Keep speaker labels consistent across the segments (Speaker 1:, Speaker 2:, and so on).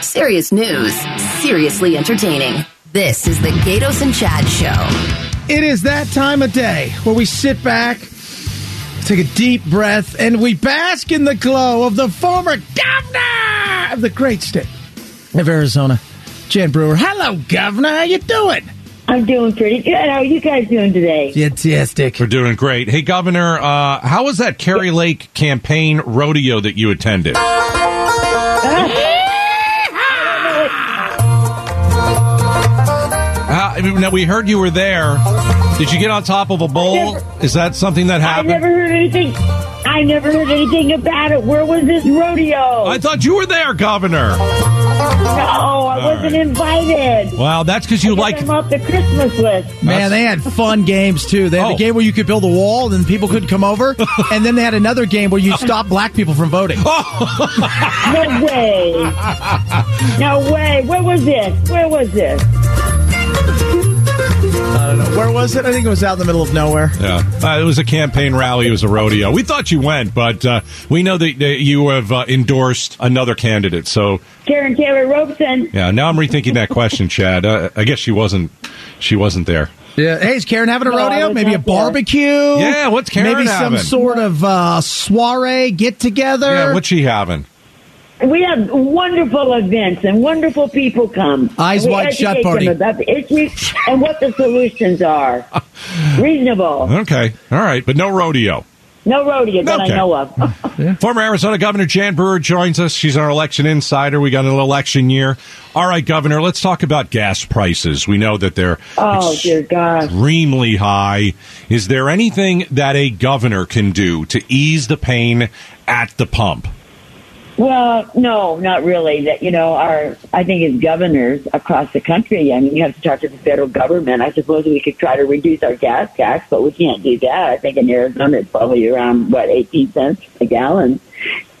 Speaker 1: Serious news, seriously entertaining. This is the Gatos and Chad Show.
Speaker 2: It is that time of day where we sit back, take a deep breath, and we bask in the glow of the former governor of the great state of Arizona, Jan Brewer. Hello, governor. How you doing?
Speaker 3: I'm doing pretty good. How are you guys doing today?
Speaker 2: Fantastic.
Speaker 4: We're doing great. Hey, Governor, uh, how was that Kerry Lake campaign rodeo that you attended? How, I mean, now, we heard you were there. Did you get on top of a bull? Is that something that
Speaker 3: I
Speaker 4: happened?
Speaker 3: never heard anything. I never heard anything about it. Where was this rodeo?
Speaker 4: I thought you were there, Governor.
Speaker 3: no, I wasn't
Speaker 4: right.
Speaker 3: invited.
Speaker 4: Wow, that's because you like.
Speaker 3: I'm off the Christmas list.
Speaker 2: Man, they had fun games too. They had a
Speaker 4: Oh.
Speaker 2: game where you could build a wall and people couldn't come over, and then they had another game where you stop black people from voting.
Speaker 3: No way. no way. Where was this? Where was this?
Speaker 2: Where was it? I think it was out in the middle of nowhere.
Speaker 4: Yeah, uh, it was a campaign rally. It was a rodeo. We thought you went, but uh, we know that, that you have uh, endorsed another candidate. So
Speaker 3: Karen Taylor Robeson.
Speaker 4: yeah, now I'm rethinking that question, Chad. Uh, I guess she wasn't. She wasn't there.
Speaker 2: Yeah. Hey, is Karen having a
Speaker 3: No, I
Speaker 2: rodeo?
Speaker 3: was
Speaker 2: Maybe a
Speaker 3: not there.
Speaker 2: barbecue?
Speaker 4: Yeah, what's Karen
Speaker 2: Oh, Maybe
Speaker 4: having?
Speaker 2: some sort of uh, soiree get together.
Speaker 4: Yeah, what's she having?
Speaker 3: We have wonderful events and wonderful people come.
Speaker 2: Eyes
Speaker 3: And we
Speaker 2: wide shut
Speaker 3: educate
Speaker 2: party.
Speaker 3: Them about the issues and what the solutions are. Reasonable.
Speaker 4: Okay, all right, but no rodeo.
Speaker 3: No rodeo that
Speaker 4: Okay.
Speaker 3: I know of.
Speaker 4: Former Arizona Governor Jan Brewer joins us. She's our election insider. We got an election year. All right, Governor, let's talk about gas prices. We know that they're
Speaker 3: oh dear gosh.
Speaker 4: extremely high. Is there anything that a governor can do to ease the pain at the pump?
Speaker 3: Well, no, not really. That you know, our I think as governors across the country, I mean, you have to talk to the federal government. I suppose we could try to reduce our gas tax, but we can't do that. I think in Arizona, it's probably around what eighteen cents a gallon.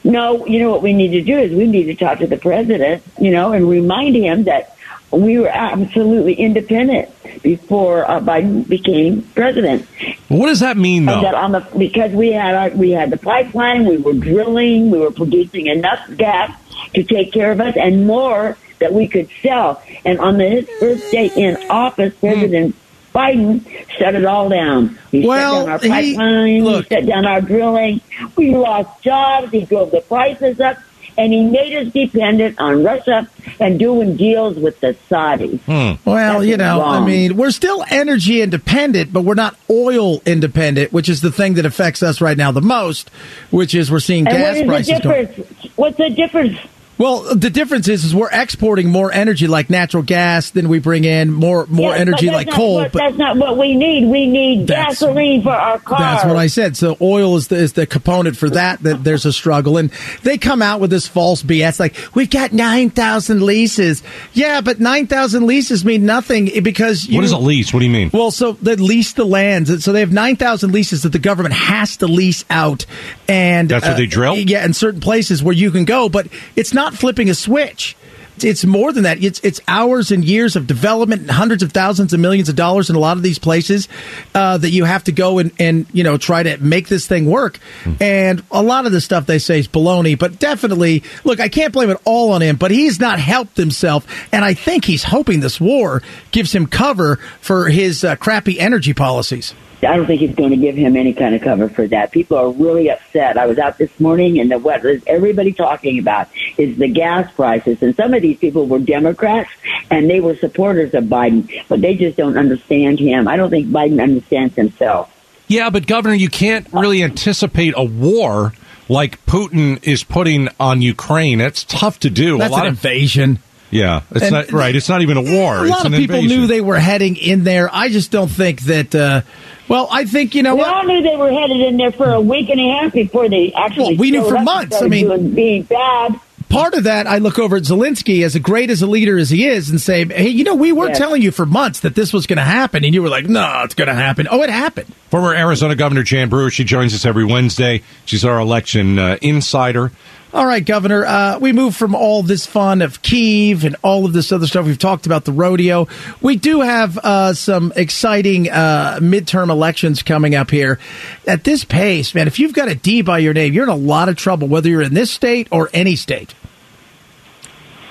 Speaker 3: No, you know what we need to do is we need to talk to the president, you know, and remind him that we were absolutely independent before uh, Biden became president.
Speaker 4: What does that mean,
Speaker 3: And that
Speaker 4: though?
Speaker 3: on the because we had our we had the pipeline, we were drilling, we were producing enough gas to take care of us and more that we could sell. And on the, his first day in office,
Speaker 2: Hmm.
Speaker 3: President Biden shut it all down. He
Speaker 2: Well,
Speaker 3: shut down our
Speaker 2: he-
Speaker 3: pipeline,
Speaker 2: look-
Speaker 3: he shut down our drilling. We lost jobs. He drove the prices up. And he made us dependent on Russia and doing deals with the Saudis.
Speaker 2: Well,
Speaker 3: That's
Speaker 2: you know, I
Speaker 3: wrong.
Speaker 2: mean, we're still energy independent, but we're not oil independent, which is the thing that affects us right now the most, which is we're seeing
Speaker 3: And
Speaker 2: gas
Speaker 3: what is the
Speaker 2: prices go.
Speaker 3: difference? What's the difference?
Speaker 2: Well, the difference is, is we're exporting more energy like natural gas than we bring in, more more
Speaker 3: Yes, but
Speaker 2: energy
Speaker 3: that's
Speaker 2: like
Speaker 3: not
Speaker 2: coal,
Speaker 3: What,
Speaker 2: but
Speaker 3: that's not what we need. We need
Speaker 2: That's-
Speaker 3: gasoline for our cars.
Speaker 2: That's what I said. So oil is the, is the component for that, that there's a struggle. And they come out with this false BS like, we've got 9,000 leases. Yeah, but 9,000 leases mean nothing because you.
Speaker 4: What is a lease? What do you mean?
Speaker 2: Well, so they lease the lands, and so they have nine thousand leases that the government has to lease out, and
Speaker 4: That's where they drill?
Speaker 2: Uh, Yeah, in certain places where you can go, but it's not flipping a switch. It's more than that. It's it's hours and years of development and hundreds of thousands and millions of dollars in a lot of these places uh, that you have to go and, and you know try to make this thing work.
Speaker 4: Hmm.
Speaker 2: And a lot of the stuff they say is baloney, but definitely look, I can't blame it all on him, but he's not helped himself, and I think he's hoping this war gives him cover for his uh, crappy energy policies.
Speaker 3: I don't think he's going to give him any kind of cover for that. People are really upset. I was out this morning, and the, what is everybody talking about is the gas prices. And some of these people were Democrats, and they were supporters of Biden, but they just don't understand him. I don't think Biden understands himself.
Speaker 4: Yeah, but Governor, you can't really anticipate a war like Putin is putting on Ukraine. That's tough to do.
Speaker 2: That's
Speaker 4: a
Speaker 2: an
Speaker 4: lot of
Speaker 2: invasion.
Speaker 4: Yeah, it's
Speaker 2: And-
Speaker 4: not right. It's not even a war.
Speaker 2: A lot
Speaker 4: it's
Speaker 2: of
Speaker 4: an
Speaker 2: people
Speaker 4: invasion.
Speaker 2: knew they were heading in there. I just don't think that. Uh, well, I think you know
Speaker 3: We
Speaker 2: what.
Speaker 3: all knew they were headed in there for a week and a half before they actually.
Speaker 2: Well, we knew
Speaker 3: showed
Speaker 2: for
Speaker 3: up and
Speaker 2: months. I
Speaker 3: started
Speaker 2: mean-
Speaker 3: doing- being bad.
Speaker 2: part of that, I look over at Zelensky, as great as a leader as he is, and say, hey, you know, we were
Speaker 3: Yes.
Speaker 2: telling you for months that this was going to happen, and you were like, no, it's going to happen. Oh, it happened.
Speaker 4: Former Arizona Governor Jan Brewer. She joins us every Wednesday. She's our election uh, insider.
Speaker 2: All right, Governor, uh, we move from all this fun of Kiev and all of this other stuff. We've talked about the rodeo. We do have uh, some exciting uh, midterm elections coming up here. At this pace, man, if you've got a D by your name, you're in a lot of trouble, whether you're in this state or any state.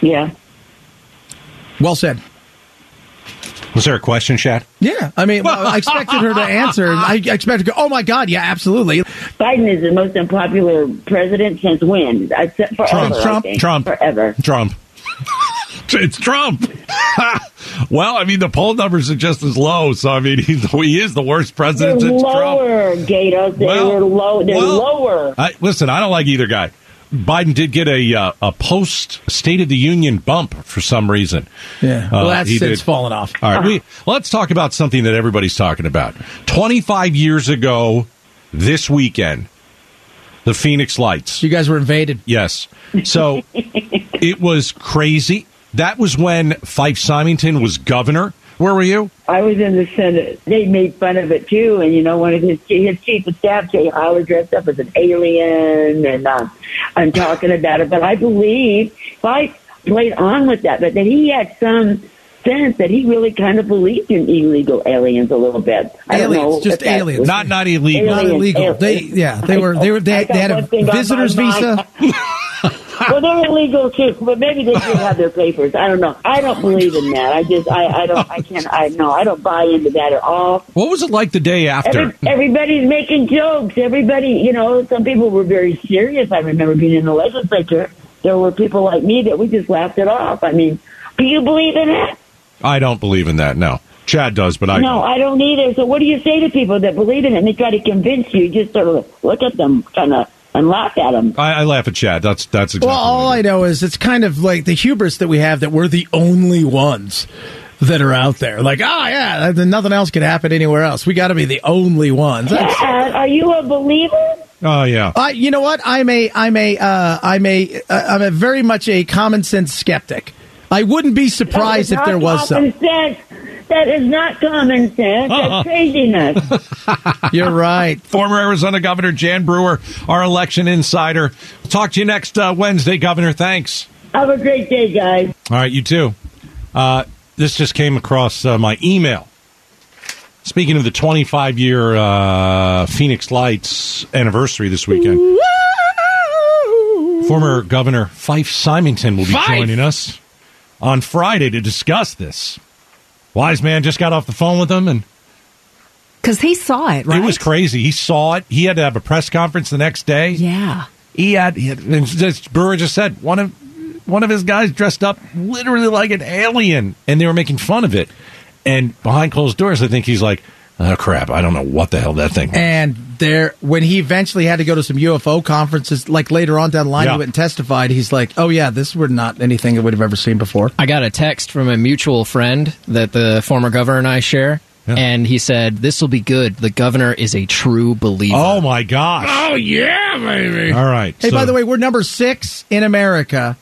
Speaker 3: Yeah.
Speaker 2: Well said.
Speaker 4: Was there a question, Chad?
Speaker 2: Yeah, I mean, well, I expected her to answer. I expected her to go, oh my God, yeah, absolutely.
Speaker 3: Biden is the most unpopular president since when? Except for
Speaker 4: Trump,
Speaker 3: ever, I
Speaker 4: Trump,
Speaker 3: think.
Speaker 4: Trump.
Speaker 3: forever.
Speaker 4: Trump. it's Trump. well, I mean, the poll numbers are just as low. So, I mean, he's, he is the worst
Speaker 3: They're
Speaker 4: president since Trump.
Speaker 3: lower, Gatos. They
Speaker 4: Well,
Speaker 3: were low. They're
Speaker 4: well,
Speaker 3: lower.
Speaker 4: I, listen, I don't like either guy. Biden did get a uh, a post State of the Union bump for some reason.
Speaker 2: Yeah,
Speaker 4: Uh,
Speaker 2: well, that's
Speaker 4: he
Speaker 2: since
Speaker 4: did.
Speaker 2: fallen off.
Speaker 4: All right, we, let's talk about something that everybody's talking about. 25 years ago this weekend, the Phoenix Lights.
Speaker 2: You guys were invaded.
Speaker 4: Yes. So it was crazy. That was when Fife Symington was governor. Where were you?
Speaker 3: I was in the Senate. They made fun of it too, and you know, one of his his chief of staff, Jay Howard, dressed up as an alien, and uh, I'm talking about it. But I believe Fife played on with that, but that he had some sense that he really kind of believed in illegal aliens a little bit. I don't
Speaker 2: Aliens,
Speaker 3: know if
Speaker 2: just
Speaker 3: that
Speaker 2: aliens.
Speaker 3: was-
Speaker 4: Not not illegal.
Speaker 2: Not
Speaker 3: Aliens,
Speaker 2: illegal.
Speaker 3: aliens.
Speaker 2: They yeah, they were they were
Speaker 3: I
Speaker 2: they,
Speaker 3: got
Speaker 2: they had
Speaker 3: one
Speaker 2: a
Speaker 3: thing on my
Speaker 2: visitor's
Speaker 3: mind.
Speaker 2: visa.
Speaker 3: well, they're illegal too, but maybe they do have their papers. I don't know. I don't believe in that. I just, I, I don't, I can't, I no, I don't buy into that at all.
Speaker 4: What was it like the day after?
Speaker 3: Every, everybody's making jokes. Everybody, you know, some people were very serious. I remember being in the legislature. There were people like me that we just laughed it off. I mean, do you believe in it?
Speaker 4: I don't believe in that. No, Chad does, but I
Speaker 3: no,
Speaker 4: don't.
Speaker 3: I don't either. So what do you say to people that believe in it and they try to convince you? Just sort of look at them, kind of, and laugh at them.
Speaker 4: I, I laugh at Chad. That's that's exactly.
Speaker 2: Well, all
Speaker 4: what
Speaker 2: I
Speaker 4: it
Speaker 2: know is it's kind of like the hubris that we have that we're the only ones that are out there. Like, oh yeah, that- nothing else could happen anywhere else. We got to be the only ones. That's-
Speaker 3: Dad, Uh, are you a believer?
Speaker 4: is. oh yeah.
Speaker 2: I, you know what? I'm a, I'm a, uh, I'm a, uh, I'm a very much a common sense skeptic. I wouldn't be surprised
Speaker 3: That
Speaker 2: if there
Speaker 3: not
Speaker 2: was some.
Speaker 3: common sense. That is not common sense. That's craziness.
Speaker 2: You're right.
Speaker 4: Former Arizona Governor Jan Brewer, our election insider. Talk to you next uh, Wednesday, Governor. Thanks.
Speaker 3: Have a great day, guys.
Speaker 4: All right, you too. Uh, this just came across uh, my email. Speaking of the 25 year uh, Phoenix Lights anniversary this weekend, former Governor Fife Symington will be joining us on Friday to discuss this. Wise man just got off the phone with him, and
Speaker 5: Because he saw it, right?
Speaker 4: it was crazy. He saw it. He had to have a press conference the next day.
Speaker 5: Yeah.
Speaker 4: He had, he had and just, Brewer just said one of one of his guys dressed up literally like an alien, and they were making fun of it. And behind closed doors, I think he's like, "Oh crap, I don't know what the hell that thing." was."
Speaker 2: And there, when he eventually had to go to some UFO conferences, like later on down the line,
Speaker 4: Yeah.
Speaker 2: he went and testified. He's like, "Oh yeah, this were not anything that we'd have ever seen before."
Speaker 6: I got a text from a mutual friend that the former governor and I share,
Speaker 4: Yeah.
Speaker 6: and he said, "This will be good. The governor is a true believer."
Speaker 4: Oh my gosh! Oh yeah, baby! All right.
Speaker 2: Hey,
Speaker 4: so-
Speaker 2: by the way, we're number six in America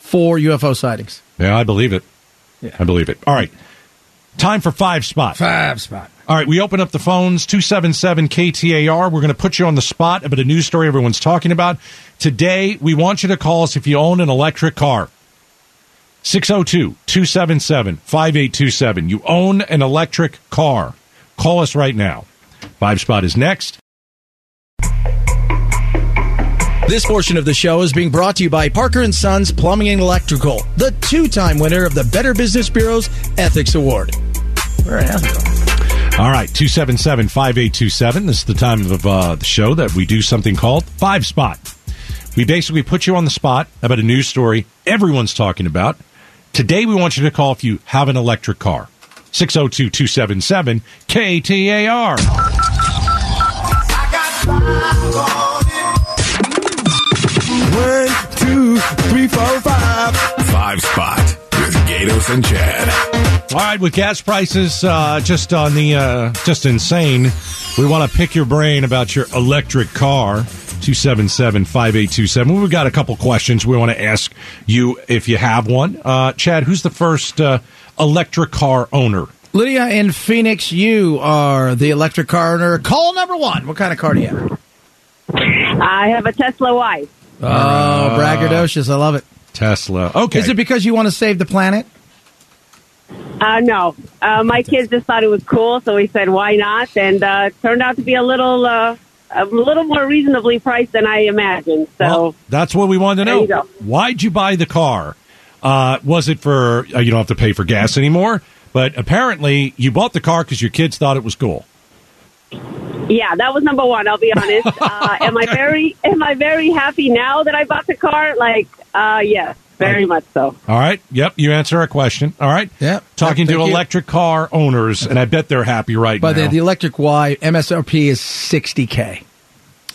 Speaker 2: for UFO sightings.
Speaker 4: yeah, I believe it. I believe it. All right, time for five spots.
Speaker 2: Five spot.
Speaker 4: All right, we open up the phones 277 KTAR. We're going to put you on the spot about a news story everyone's talking about. Today, we want you to call us if you own an electric car. 602 277 5827. You own an electric car. Call us right now. Five Spot is next.
Speaker 2: This portion of the show is being brought to you by Parker and Sons Plumbing and Electrical, the two-time winner of the Better Business Bureau's Ethics Award. Where has it gone?
Speaker 4: All right, 277 5827. This is the time of uh, the show that we do something called Five Spot. We basically put you on the spot about a news story everyone's talking about. Today, we want you to call if you have an electric car 602 277 KTAR.
Speaker 7: One, two, three, four, five. Five spot with Gatos and Chad.
Speaker 4: All right, with gas prices uh, just on the uh, just insane, we want to pick your brain about your electric car. 277 5827. We've got a couple questions we want to ask you if you have one. Uh, Chad, who's the first uh, electric car owner?
Speaker 2: Lydia in Phoenix, you are the electric car owner. Call number one. What kind of car do you have?
Speaker 4: Uh,
Speaker 8: I have a Tesla wife.
Speaker 2: Oh, braggadocious. I love it.
Speaker 4: Tesla. Okay.
Speaker 2: Is it because you want to save the planet?
Speaker 8: Uh, no, uh, my kids just thought it was cool, so we said, "Why not?" And uh, it turned out to be a little, uh, a little more reasonably priced than I imagined. So
Speaker 4: Well, that's what we wanted to
Speaker 8: There
Speaker 4: know.
Speaker 8: you go.
Speaker 4: Why'd you buy the car? Uh, was it for uh, you don't have to pay for gas anymore? But apparently, you bought the car because your kids thought it was cool.
Speaker 8: Yeah, that was number one. I'll be honest. Uh, Am I very am I very happy now that I bought the car? Like, uh, yes, very much so.
Speaker 4: All right. Yep. You answer our question. All right.
Speaker 2: Yep.
Speaker 4: Talking to
Speaker 2: Thank you.
Speaker 4: electric car owners, and I bet they're happy right
Speaker 2: By the,
Speaker 4: now.
Speaker 2: the electric Y MSRP is 60k.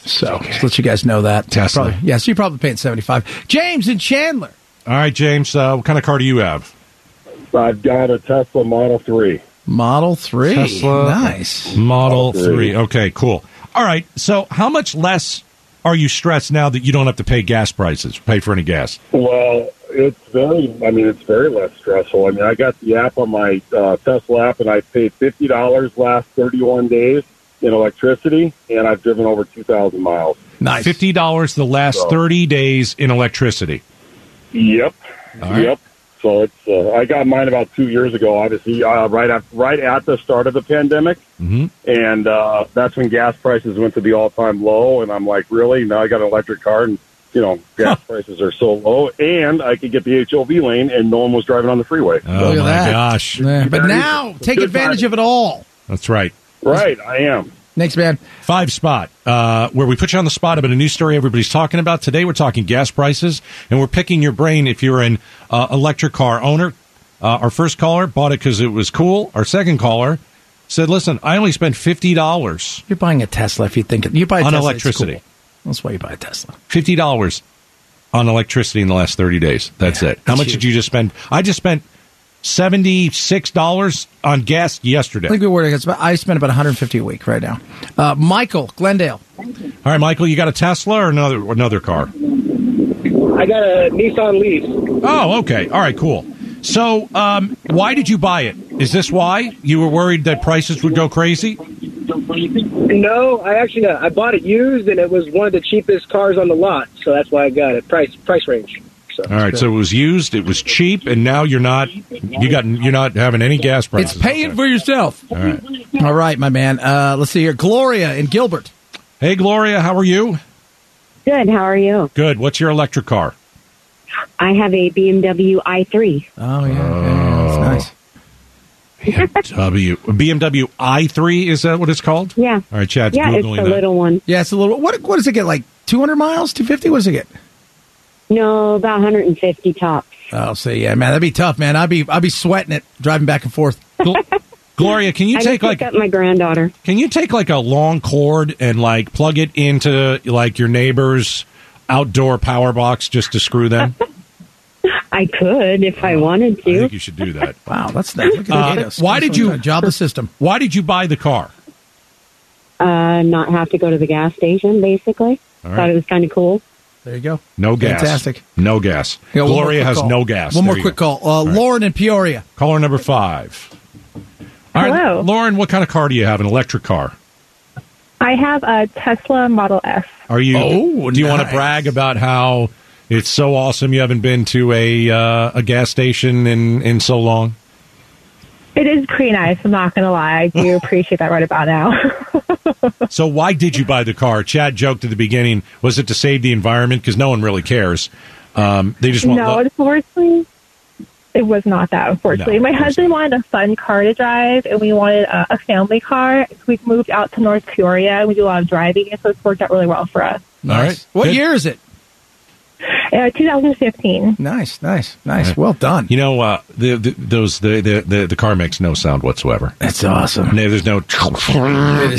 Speaker 2: So just let you guys know that
Speaker 4: Tesla.
Speaker 2: Probably- yeah, so you're probably paying 75. James and Chandler.
Speaker 4: All right, James. Uh, what kind of car do you have?
Speaker 9: I've got a Tesla Model 3.
Speaker 2: Model 3.
Speaker 4: Tesla.
Speaker 2: Nice.
Speaker 4: Model
Speaker 9: Three.
Speaker 4: three. Okay. Cool. All right. So, how much less are you stressed now that you don't have to pay gas prices? Pay for any gas?
Speaker 9: Well, it's very, I mean, it's very less stressful. I mean, I got the app on my uh, Tesla app and I paid $50 last 31 days in electricity and I've driven over 2,000 miles.
Speaker 2: Nice.
Speaker 4: Fifty dollars the last
Speaker 9: So-
Speaker 4: thirty days in electricity.
Speaker 9: Yep.
Speaker 4: right.
Speaker 9: Yep. So it's, uh, I got mine about two years ago, obviously, uh, right, at, right at the start of the pandemic.
Speaker 4: Mhm.
Speaker 9: And uh, that's when gas prices went to the all time low. And I'm like, really? Now I got an electric car and, you know, gas prices are so low. And I could get the HOV lane and no one was driving on the freeway.
Speaker 4: Oh
Speaker 2: Look at
Speaker 4: my
Speaker 2: that.
Speaker 4: gosh.
Speaker 2: Yeah, but
Speaker 9: That is
Speaker 2: now
Speaker 9: a
Speaker 2: take
Speaker 9: good
Speaker 2: advantage of
Speaker 9: time.
Speaker 2: it all.
Speaker 4: That's right.
Speaker 9: Right, I am.
Speaker 2: Next man.
Speaker 4: Five spot, uh, where we put you on the spot about a news story everybody's talking about. Today we're talking gas prices, and we're picking your brain if you're an uh, electric car owner. Uh, our first caller bought it because it was cool. Our second caller said, listen, I only spent $50.
Speaker 2: You're buying a Tesla if you think it- you buy a
Speaker 4: On
Speaker 2: Tesla, it's
Speaker 4: electricity.
Speaker 2: cool. That's why you buy a Tesla.
Speaker 4: $50 on electricity in the last 30 days. That's
Speaker 2: Yeah,
Speaker 4: it. How
Speaker 2: that's
Speaker 4: much
Speaker 2: huge.
Speaker 4: did you just spend? I just spent $76 on gas yesterday.
Speaker 2: I think we were. It's about, I spend about 150 a week right now. Uh, Michael Glendale.
Speaker 4: All right, Michael, you got a Tesla or another another car?
Speaker 10: I got a Nissan Leaf.
Speaker 4: Oh, okay. All right, cool. So, um, why did you buy it? Is this why you were worried that prices would go crazy?
Speaker 10: No, I actually uh, I bought it used, and it was one of the cheapest cars on the lot, so that's why I got it. Price price range. So
Speaker 4: All right, so it was used, it was cheap, and now you're not you got you're not having any gas prices.
Speaker 2: It's paying
Speaker 4: Okay.
Speaker 2: for yourself.
Speaker 4: All right.
Speaker 2: All right, my man. Uh, let's see here. Gloria and Gilbert.
Speaker 4: Hey, Gloria, how are you?
Speaker 11: Good. How are you?
Speaker 4: Good. What's your electric car?
Speaker 11: I have a BMW i3.
Speaker 2: Oh yeah, yeah, yeah. that's nice.
Speaker 4: BMW BMW i3 is that what it's called?
Speaker 11: Yeah.
Speaker 4: All right, Chad's
Speaker 11: yeah, it's
Speaker 4: googling
Speaker 11: the
Speaker 4: that.
Speaker 11: little one.
Speaker 2: Yeah, it's a little. What what does it get? Like 200 miles, 250? What does it get?
Speaker 11: No, about 150 tops.
Speaker 2: I'll say, Oh, yeah, man, that'd be tough, man. I'd be I'd be sweating it, driving back and forth.
Speaker 4: Gl- Gloria, can you
Speaker 11: I
Speaker 4: take
Speaker 11: just
Speaker 4: like
Speaker 11: picked up my granddaughter.
Speaker 4: Can you take like a long cord and like plug it into like your neighbor's outdoor power box just to screw them?
Speaker 11: I could if I
Speaker 4: Uh-huh. I
Speaker 11: wanted to.
Speaker 4: think you should do that.
Speaker 2: Wow, that's nice. Look at the
Speaker 4: Uh,
Speaker 2: potatoes.
Speaker 4: why did
Speaker 2: That's what
Speaker 4: you-
Speaker 2: I'm trying- job the system?
Speaker 4: Why did you buy the car?
Speaker 11: uh, not have to go to the gas station, basically.
Speaker 4: All right.
Speaker 11: Thought it was kind of cool.
Speaker 2: There you go.
Speaker 4: No gas.
Speaker 2: Fantastic.
Speaker 4: No gas.
Speaker 2: Yeah, one more
Speaker 4: Gloria
Speaker 2: quick
Speaker 4: has
Speaker 2: call.
Speaker 4: no gas.
Speaker 2: One
Speaker 4: There
Speaker 2: more
Speaker 4: you
Speaker 2: quick
Speaker 4: go.
Speaker 2: call. Uh,
Speaker 4: right.
Speaker 2: Lauren in Peoria.
Speaker 4: Caller number five. All right,
Speaker 8: Hello.
Speaker 4: Lauren. What kind of car do you have? An electric car?
Speaker 8: I have a Tesla Model S.
Speaker 4: Are you?
Speaker 2: Oh,
Speaker 4: do you want to
Speaker 2: nice.
Speaker 4: brag about how it's so awesome? You haven't been to a uh, a gas station in in so long.
Speaker 8: It is pretty nice. I'm not going to lie. I do appreciate that right about now.
Speaker 4: So why did you buy the car? Chad joked at the beginning. Was it to save the environment? Because no one really cares. Um, they just want.
Speaker 8: no,
Speaker 4: lo-
Speaker 8: unfortunately, it was not that. Unfortunately,
Speaker 4: No,
Speaker 8: my
Speaker 4: of course
Speaker 8: husband wanted a fun car to drive, and we wanted a, a family car. We've moved out to North Peoria, and we do a lot of driving, and so it's worked out really well for us.
Speaker 4: All
Speaker 2: Nice.
Speaker 4: right.
Speaker 2: What
Speaker 4: Good.
Speaker 2: year is it?
Speaker 8: Uh, 2015.
Speaker 2: Nice, nice, nice. Well done.
Speaker 4: You know, uh, the, the those the, the the the car makes no sound whatsoever.
Speaker 2: That's awesome.
Speaker 4: No, there's no. There's none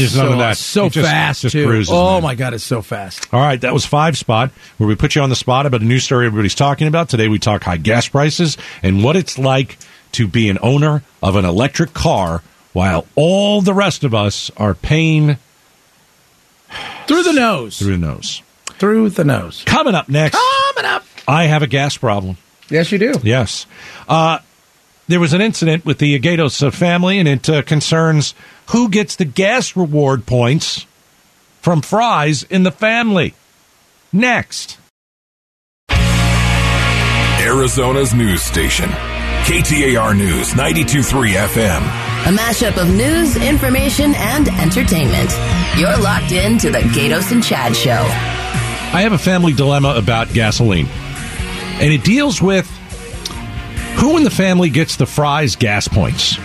Speaker 2: so,
Speaker 4: of that.
Speaker 2: So
Speaker 4: It just-
Speaker 2: fast
Speaker 4: just
Speaker 2: too.
Speaker 4: cruises,
Speaker 2: oh
Speaker 4: man.
Speaker 2: my god, it's so fast.
Speaker 4: All right, that was five spot where we put you on the spot about a news story everybody's talking about. Today we talk high gas prices and what it's like to be an owner of an electric car while all the rest of us are paying
Speaker 2: Through the nose.
Speaker 4: through the nose.
Speaker 2: Through the nose.
Speaker 4: Coming up next,
Speaker 2: Coming up.
Speaker 4: I have a gas problem.
Speaker 2: Yes, you do.
Speaker 4: Yes. Uh, there was an incident with the Gatos uh, family, and it uh, concerns who gets the gas reward points from fries in the family. Next.
Speaker 7: Arizona's news station. KTAR News 923 FM.
Speaker 1: A mashup of news, information, and entertainment. You're locked in to the Gatos and Chad Show.
Speaker 4: I have a family dilemma about gasoline, and it deals with Who in the family gets the fries gas points?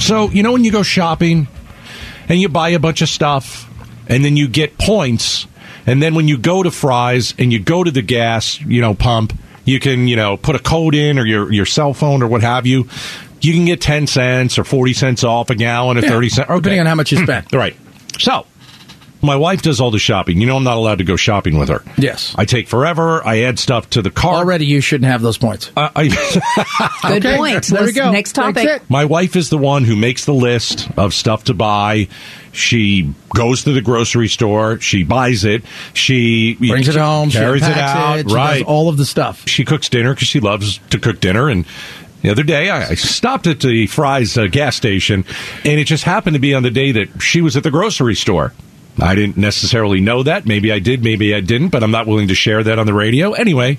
Speaker 4: So, you know, when you go shopping and you buy a bunch of stuff and then you get points, and then when you go to fries and you go to the gas, you know, pump, you can, you know, put a code in or your, your cell phone or what have you. You can get 10 cents or 40 cents off a gallon or
Speaker 2: Yeah,
Speaker 4: 30 cents.
Speaker 2: depending on how much you
Speaker 4: Hmm,
Speaker 2: spend.
Speaker 4: Right. So, my wife does all the shopping. You know, I'm not allowed to go shopping with her.
Speaker 2: Yes.
Speaker 4: I take forever. I add stuff to the cart.
Speaker 2: Already, you shouldn't have those points.
Speaker 4: Uh, I,
Speaker 5: Good
Speaker 2: Okay,
Speaker 5: point.
Speaker 2: there we go.
Speaker 5: Next
Speaker 2: That's
Speaker 5: topic.
Speaker 2: it.
Speaker 4: my wife is the one who makes the list of stuff to buy. She goes to the grocery store. She buys it. She
Speaker 2: Brings it home. she
Speaker 4: carries it
Speaker 2: unpacks
Speaker 4: out.
Speaker 2: It, she
Speaker 4: right.
Speaker 2: Does all of the stuff.
Speaker 4: she cooks dinner because she loves to cook dinner. And the other day, I, I stopped at the Fry's uh, gas station, and it just happened to be on the day that she was at the grocery store. I didn't necessarily know that. Maybe I did, maybe I didn't, but I'm not willing to share that on the radio. Anyway,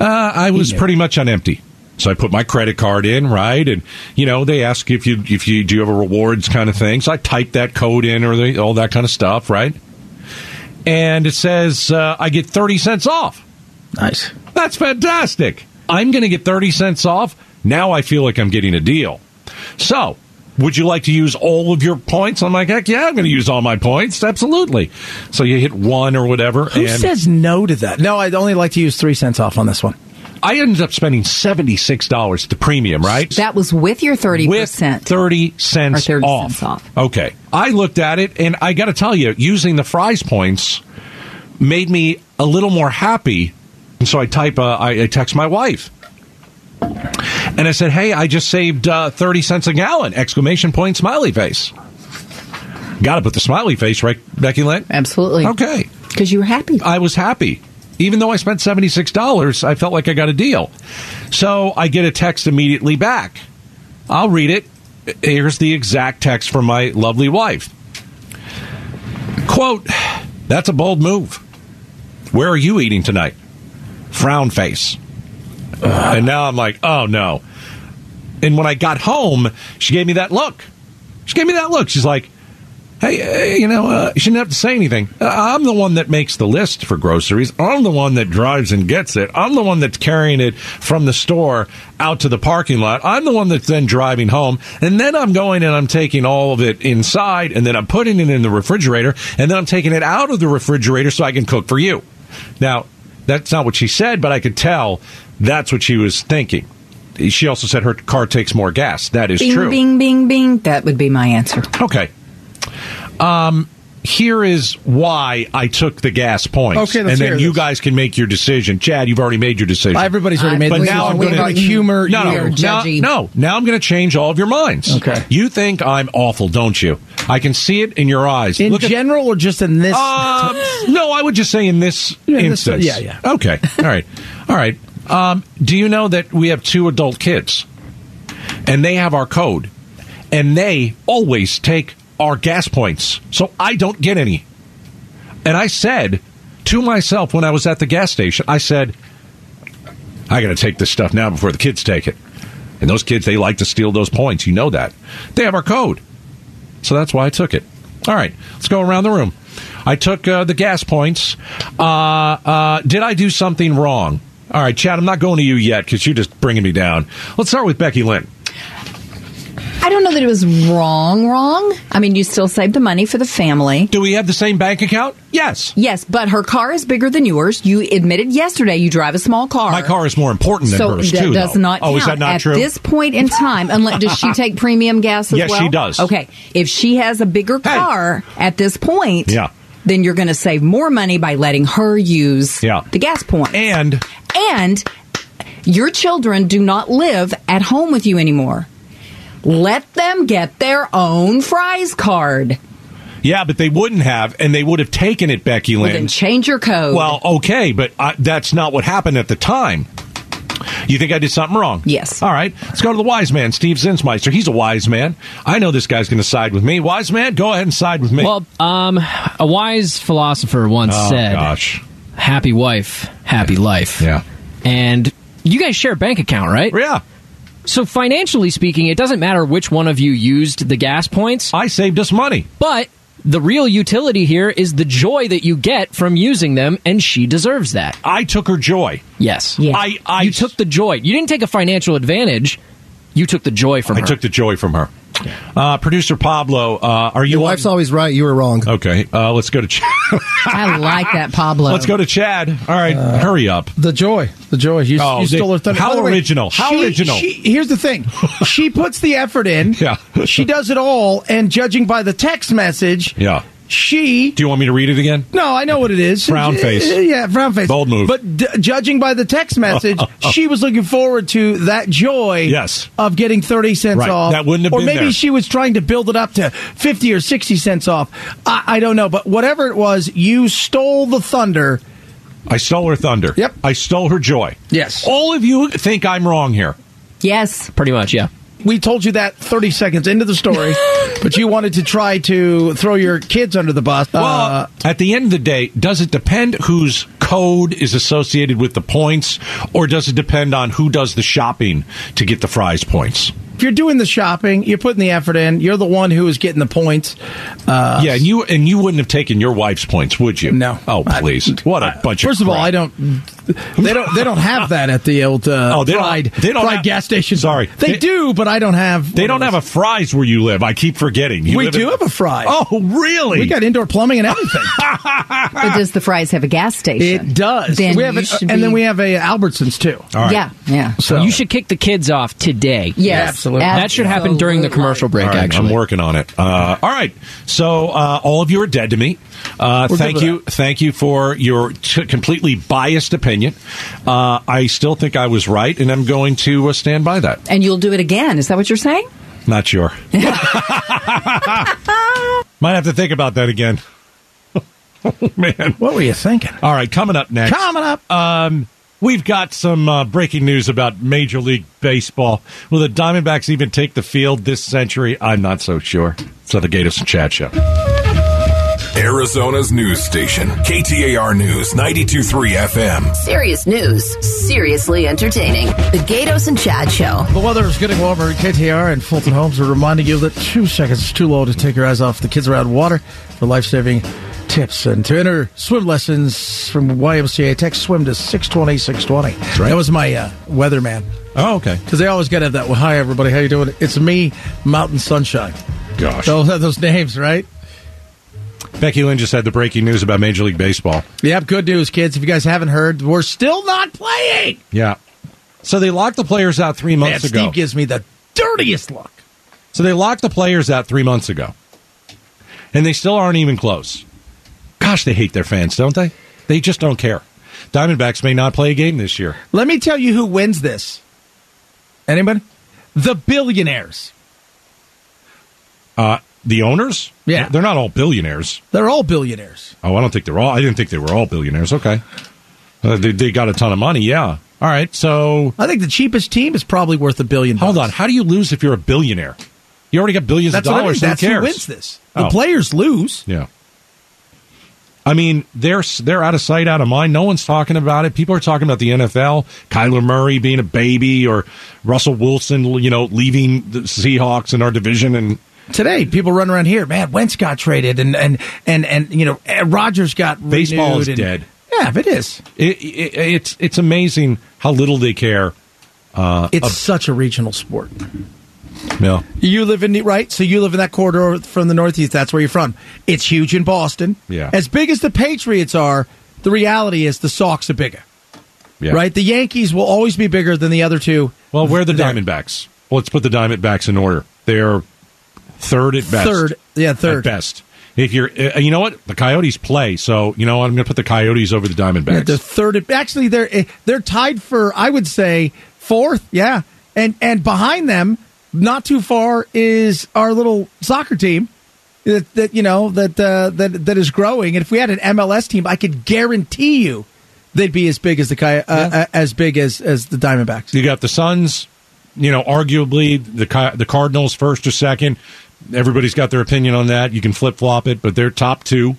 Speaker 4: uh, I was pretty much on empty. So I put my credit card in, right? And you know, they ask if you if you do you have a rewards kind of thing. So I type that code in or the, all that kind of stuff, right? And it says uh, I get 30 cents off.
Speaker 2: Nice.
Speaker 4: That's fantastic. I'm going to get 30 cents off. Now I feel like I'm getting a deal. So, would you like to use all of your points? I'm like, heck yeah, I'm going to use all my points. Absolutely. So you hit one or whatever.
Speaker 2: Who
Speaker 4: and
Speaker 2: says no to that? No, I'd only like to use three cents off on this one.
Speaker 4: I ended up spending $76, the premium, right?
Speaker 5: That was with your 30%.
Speaker 4: With 30 cents,
Speaker 5: Or 30
Speaker 4: off.
Speaker 5: cents off.
Speaker 4: Okay. I looked at it, and I got to tell you, using the fries points made me a little more happy. And so I type, uh, I, I text my wife. And I said, hey, I just saved uh, 30 cents a gallon! Exclamation point, smiley face. Got to put the smiley face, right, Becky Lynn?
Speaker 5: Absolutely.
Speaker 4: Okay.
Speaker 5: Because you were happy.
Speaker 4: I was happy. Even though I spent $76, I felt like I got a deal. So I get a text immediately back. I'll read it. Here's the exact text from my lovely wife Quote, that's a bold move. Where are you eating tonight? Frown face. And now I'm like, oh no. And when I got home, she gave me that look. She gave me that look. She's like, hey, hey, you know, uh, you shouldn't have to say anything. Uh, I'm the one that makes the list for groceries. I'm the one that drives and gets it. I'm the one that's carrying it from the store out to the parking lot. I'm the one that's then driving home. And then I'm going and I'm taking all of it inside and then I'm putting it in the refrigerator and then I'm taking it out of the refrigerator so I can cook for you. Now, that's not what she said, but I could tell that's what she was thinking. She also said her car takes more gas. That is
Speaker 5: bing,
Speaker 4: true.
Speaker 5: bing, bing, bing. That would be my answer.
Speaker 4: Okay. Um, here is why I took the gas points.
Speaker 2: Okay, let's
Speaker 4: and
Speaker 2: hear
Speaker 4: then you
Speaker 2: this.
Speaker 4: guys can make your decision. Chad, you've already made your decision.
Speaker 2: Everybody's already made.
Speaker 4: but
Speaker 2: this decision.
Speaker 4: now I'm
Speaker 2: We're gonna
Speaker 4: going to
Speaker 2: humor.
Speaker 4: No,
Speaker 2: your
Speaker 4: no, now,
Speaker 2: judgy-
Speaker 4: no. Now I'm going to change all of your minds.
Speaker 2: Okay.
Speaker 4: You think I'm awful, don't you? I can see it in your eyes.
Speaker 2: In
Speaker 4: Look at-
Speaker 2: general, or just in this?
Speaker 4: um, no, I would just say in this
Speaker 2: Yeah, in this- uh,
Speaker 4: instance.
Speaker 2: yeah, yeah.
Speaker 4: Okay. All right. All right. Um, do you know that we have two adult kids, and they have our code, and they always take our gas points, so I don't get any. And I said to myself when I was at the gas station, I said, I got to take this stuff now before the kids take it. And those kids, they like to steal those points. You know that. They have our code. So that's why I took it. All right, let's go around the room. I took uh, the gas points. Uh, uh, did I do something wrong? All right, Chad, I'm not going to you yet because you're just bringing me down. Let's start with Becky Lynn.
Speaker 5: I don't know that it was wrong, wrong. I mean, you still saved the money for the family.
Speaker 4: Do we have the same bank account? Yes.
Speaker 5: Yes, but her car is bigger than yours. You admitted yesterday you drive a small car.
Speaker 4: My car is more important than
Speaker 5: so
Speaker 4: hers,
Speaker 5: that
Speaker 4: too.
Speaker 5: does
Speaker 4: though.
Speaker 5: not.
Speaker 4: Oh, is that
Speaker 5: count
Speaker 4: not
Speaker 5: at
Speaker 4: true?
Speaker 5: this point in time? Unless does she take premium gas as
Speaker 4: Yes,
Speaker 5: well?
Speaker 4: she does.
Speaker 5: Okay, if she has a bigger car at this point,
Speaker 4: Yeah.
Speaker 5: then you're going to save more money by letting her use
Speaker 4: Yeah.
Speaker 5: the gas point.
Speaker 4: and
Speaker 5: And your children do not live at home with you anymore. Let them get their own fries card.
Speaker 4: yeah, but they wouldn't have, and they would have taken it, Becky
Speaker 5: Well,
Speaker 4: Lynn.
Speaker 5: then change your code.
Speaker 4: Well, okay, but I, that's not what happened at the time. You think I did something wrong?
Speaker 5: Yes.
Speaker 4: All right. Let's go to the wise man, Steve Zinsmeister. He's a wise man. I know this guy's going to side with me. Wise man, go ahead and side with me.
Speaker 6: Well, um, a wise philosopher once
Speaker 4: Oh,
Speaker 6: said,
Speaker 4: gosh.
Speaker 6: "Happy wife, happy life."
Speaker 4: Yeah.
Speaker 6: And you guys share a bank account, right?
Speaker 4: Yeah.
Speaker 6: So financially speaking, it doesn't matter which one of you used the gas points,
Speaker 4: I saved us money.
Speaker 6: but The real utility here is the joy that you get from using them, and she deserves that.
Speaker 4: I took her joy.
Speaker 6: Yes.
Speaker 4: Yeah. I, I
Speaker 6: you took the joy. You didn't take a financial advantage. You took the joy from
Speaker 4: I
Speaker 6: her.
Speaker 4: took the joy from her. Uh, Producer Pablo, uh, are you? Your wife's
Speaker 12: always right. You were wrong.
Speaker 4: Okay, uh, let's go to Chad.
Speaker 5: I like that, Pablo.
Speaker 4: let's go to Chad. All right, hurry up.
Speaker 2: The joy, the joy. You,
Speaker 4: Oh,
Speaker 2: you
Speaker 4: they-
Speaker 2: stole her thunder.
Speaker 4: how
Speaker 2: By the way,
Speaker 4: original, how
Speaker 2: she-
Speaker 4: original.
Speaker 2: she- here's the thing: she puts the effort in.
Speaker 4: Yeah.
Speaker 2: she does it all, and judging by the text message,
Speaker 4: Yeah.
Speaker 2: she.
Speaker 4: Do you want me to read it again?
Speaker 2: No, I know what it is.
Speaker 4: Frown face.
Speaker 2: Yeah, frown face.
Speaker 4: Bold move.
Speaker 2: But d- judging by the text message, she was looking forward to that joy
Speaker 4: Yes.
Speaker 2: of getting 30 cents
Speaker 4: Right.
Speaker 2: off.
Speaker 4: That wouldn't have
Speaker 2: or
Speaker 4: been
Speaker 2: maybe
Speaker 4: there.
Speaker 2: she was trying to build it up to 50 or 60 cents off. I, I don't know. But whatever it was, you stole the thunder.
Speaker 4: I stole her thunder. Yep. I stole her joy.
Speaker 2: Yes.
Speaker 4: All of you think I'm wrong here.
Speaker 5: Yes.
Speaker 6: Pretty much, yeah.
Speaker 2: We told you that 30 seconds into the story, but you wanted to try to throw your kids under the bus. Uh,
Speaker 4: Well, at the end of the day, does it depend whose code is associated with the points, or does it depend on who does the shopping to get the fries points?
Speaker 2: if you're doing the shopping, you're putting the effort in, you're the one who is getting the points. Uh,
Speaker 4: yeah, and you and you wouldn't have taken your wife's points, would you? No. Oh, please! what a bunch
Speaker 2: First of
Speaker 4: of
Speaker 2: all,
Speaker 4: crap.
Speaker 2: I don't. They don't. They don't have that at the old uh,
Speaker 4: Oh, they don't-
Speaker 2: fried,
Speaker 4: they don't
Speaker 2: fried
Speaker 4: have-
Speaker 2: gas station.
Speaker 4: Sorry.
Speaker 2: they,
Speaker 4: They-
Speaker 2: do, but I don't have.
Speaker 4: They don't have a fries where you live. I keep forgetting. You
Speaker 2: we
Speaker 4: live
Speaker 2: do
Speaker 4: in-
Speaker 2: have a fry.
Speaker 4: Oh, really?
Speaker 2: We got indoor plumbing and everything.
Speaker 5: But does the fries have a gas station?
Speaker 2: it does.
Speaker 5: Then
Speaker 2: we have
Speaker 5: you
Speaker 2: an-
Speaker 5: should
Speaker 2: and then
Speaker 5: be-
Speaker 2: we have a Albertsons too.
Speaker 5: Yeah. Yeah.
Speaker 2: So-
Speaker 6: you should kick the kids off today.
Speaker 5: Yes, absolutely.
Speaker 6: That should happen during the commercial break.
Speaker 4: All right,
Speaker 6: actually,
Speaker 4: I'm working on it. Uh, all right, so uh, all of you are dead to me. Uh,
Speaker 6: We're good
Speaker 4: thank
Speaker 6: with
Speaker 4: you, thank you for your t- completely biased opinion. Uh, I still think I was right, and I'm going to uh, stand by that.
Speaker 5: And you'll do it again. Is that what you're saying?
Speaker 4: Not sure. Might have to think about that again. Man,
Speaker 2: what were you thinking?
Speaker 4: All right, coming up next.
Speaker 2: Coming up,
Speaker 4: um, we've got some uh, breaking news about Major League Baseball. Will the Diamondbacks even take the field this century? I'm not so sure. So the Gators and Chat Show.
Speaker 7: Arizona's news station, KTAR News 923 FM.
Speaker 1: Serious news, seriously entertaining. The Gatos and Chad Show.
Speaker 2: The weather is getting warmer at KTR and Fulton Homes are reminding you that two seconds is too low to take your eyes off the kids around water for life saving tips and to enter swim lessons from YMCA Tech swim to 620 620. That was my uh, weatherman.
Speaker 4: Oh, okay.
Speaker 2: Because they always got to have that. Well, hi, everybody. How you doing? It's me, Mountain Sunshine.
Speaker 4: Gosh.
Speaker 2: They'll have those names, right?
Speaker 4: Becky Lynn just had the breaking news about Major League Baseball.
Speaker 2: Yep. Good news, kids. If you guys haven't heard, we're still not playing.
Speaker 4: Yeah. So they locked the players out three
Speaker 2: Man,
Speaker 4: months
Speaker 2: Steve
Speaker 4: ago.
Speaker 2: gives me the dirtiest look.
Speaker 4: so they locked the players out three months ago. And they still aren't even close. Gosh, they hate their fans, don't they? They just don't care. Diamondbacks may not play a game this year.
Speaker 2: Let me tell you who wins this. Anybody? The billionaires.
Speaker 4: Uh, the owners?
Speaker 2: Yeah.
Speaker 4: They're not all billionaires.
Speaker 2: They're all billionaires.
Speaker 4: Oh, I don't think they're all. I didn't think they were all billionaires. Okay. Uh, they, they got a ton of money. Yeah. All right. So
Speaker 2: I think the cheapest team is probably worth a billion.
Speaker 4: hold on. How do you lose if you're a billionaire? You already got billions
Speaker 2: That's
Speaker 4: of
Speaker 2: what I
Speaker 4: dollars.
Speaker 2: mean. That's
Speaker 4: who
Speaker 2: who
Speaker 4: cares?
Speaker 2: wins this. The
Speaker 4: Oh.
Speaker 2: players lose.
Speaker 4: Yeah. I mean, they're they're out of sight, out of mind. No one's talking about it. People are talking about the NFL, Kyler Murray being a baby, or Russell Wilson, you know, leaving the Seahawks in our division. And
Speaker 2: Today, people run around here. Man, Wentz got traded, and and and and you know, eh, Rogers got
Speaker 4: baseball
Speaker 2: renewed
Speaker 4: is
Speaker 2: and-
Speaker 4: dead.
Speaker 2: Yeah, it is.
Speaker 4: It, it, it's it's amazing how little they care. Uh,
Speaker 2: It's
Speaker 4: ab-
Speaker 2: such a regional sport.
Speaker 4: yeah.
Speaker 2: You live in the- right, so you live in that corridor from the Northeast. That's where you're from. It's huge in Boston.
Speaker 4: Yeah.
Speaker 2: As big as the Patriots are, the reality is the Sox are bigger.
Speaker 4: Yeah.
Speaker 2: Right. The Yankees will always be bigger than the other two.
Speaker 4: Well, where are the Diamondbacks? Well, let's put the Diamondbacks in order. They're third at best.
Speaker 2: Third. Yeah, third.
Speaker 4: At best. If you're, uh, you know what, the Coyotes play, so you know what, I'm going to put the Coyotes over the
Speaker 2: Yeah,
Speaker 4: Diamondbacks.
Speaker 2: they're third. Actually, they're eh, they're tied for I would say fourth. Yeah, and and behind them, not too far is our little soccer team that, that you know that uh, that that is growing. And if we had an MLS team, I could guarantee you they'd be as big as the Coy- uh, uh, as big as as the Diamondbacks.
Speaker 4: you got the Suns, you know, arguably the Ca- the Cardinals first or second. Everybody's got their opinion on that. You can flip flop it, but they're top two.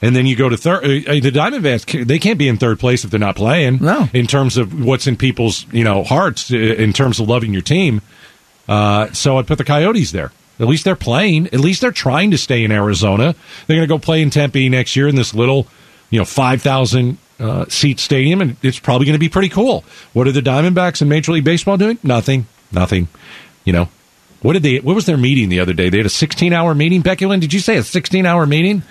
Speaker 4: And then you go to third. Uh, uh, the Diamondbacks, ca- they can't be in third place if they're not playing.
Speaker 2: No.
Speaker 4: in terms of what's in people's you know hearts, uh, in terms of loving your team. Uh, so I put the Coyotes there. At least they're playing. At least they're trying to stay in Arizona. They're going to go play in Tempe next year in this little, you know, 5,000 uh, seat stadium, and it's probably going to be pretty cool. What are the Diamondbacks and Major League Baseball doing? Nothing. Nothing. You know, what did they, what was their meeting the other day? They had a 16 hour meeting. Becky Lynn, did you say a 16 hour meeting?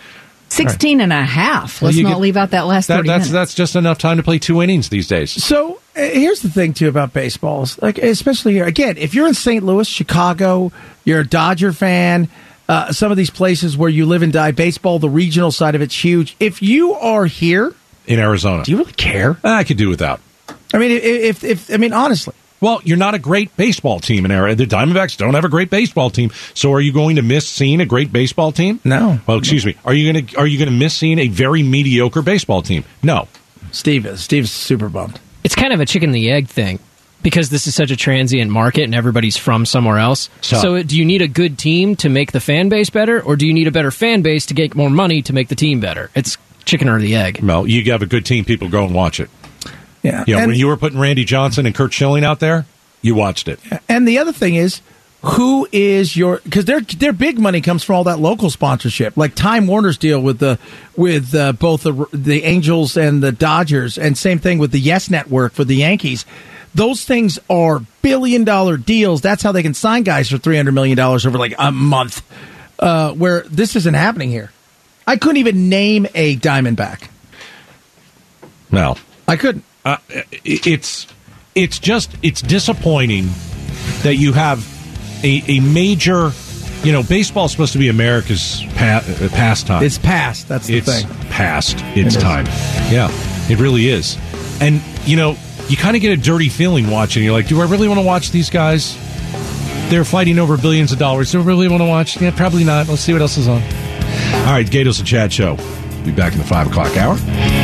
Speaker 5: 16 and a half.
Speaker 4: Well,
Speaker 5: Let's
Speaker 4: you
Speaker 5: not
Speaker 4: get-
Speaker 5: leave out that last
Speaker 4: That,
Speaker 5: 30
Speaker 4: that's,
Speaker 5: minutes.
Speaker 4: that's just enough time to play two innings these days.
Speaker 2: So uh, here's the thing too about baseballs, like especially here. Again, if you're in St. Louis, Chicago, you're a Dodger fan. Uh, some of these places where you live and die, baseball, the regional side of it's huge. If you are here,
Speaker 4: in Arizona. Do
Speaker 2: you really care?
Speaker 4: I could do without.
Speaker 2: I mean, i- if if I mean honestly,
Speaker 4: Well, you're not a great baseball team in Arizona. The Diamondbacks don't have a great baseball team. So are you going to miss seeing a great baseball team?
Speaker 2: No.
Speaker 4: Well, excuse me. Are you going to are you going to miss seeing a very mediocre baseball team? No.
Speaker 2: Steve is. Steve's super bummed.
Speaker 6: It's kind of a chicken the egg thing because this is such a transient market and everybody's from somewhere else.
Speaker 4: So-
Speaker 6: So, do you need a good team to make the fan base better, or do you need a better fan base to get more money to make the team better? It's chicken or the egg.
Speaker 4: No, you have a good team. People go and watch it.
Speaker 2: Yeah.
Speaker 4: You know,
Speaker 2: And-
Speaker 4: when you were putting Randy Johnson and Kurt Schilling out there, you watched it.
Speaker 2: And the other thing is, who is your? Because their their big money comes from all that local sponsorship, like Time Warner's deal with the with uh, both the the Angels and the Dodgers, and same thing with the Yes Network for the Yankees. Those things are billion dollar deals. That's how they can sign guys for three hundred million dollars over like a month. Uh, where this isn't happening here, I couldn't even name a Diamondback.
Speaker 4: No,
Speaker 2: I couldn't.
Speaker 4: Uh, i- it's it's just it's disappointing that you have a, a major. You know, baseball's supposed to be America's pa- uh, pastime.
Speaker 2: It's past. That's the
Speaker 4: it's
Speaker 2: thing.
Speaker 4: past. It's
Speaker 2: It is.
Speaker 4: time. Yeah, it really is. And you know, you kind of get a dirty feeling watching. You're like, do I really want to watch these guys? They're fighting over billions of dollars. Do I really want to watch? Yeah, probably not. Let's see what else is on. All right, Gatos and Chad show. Be back in the five o'clock hour.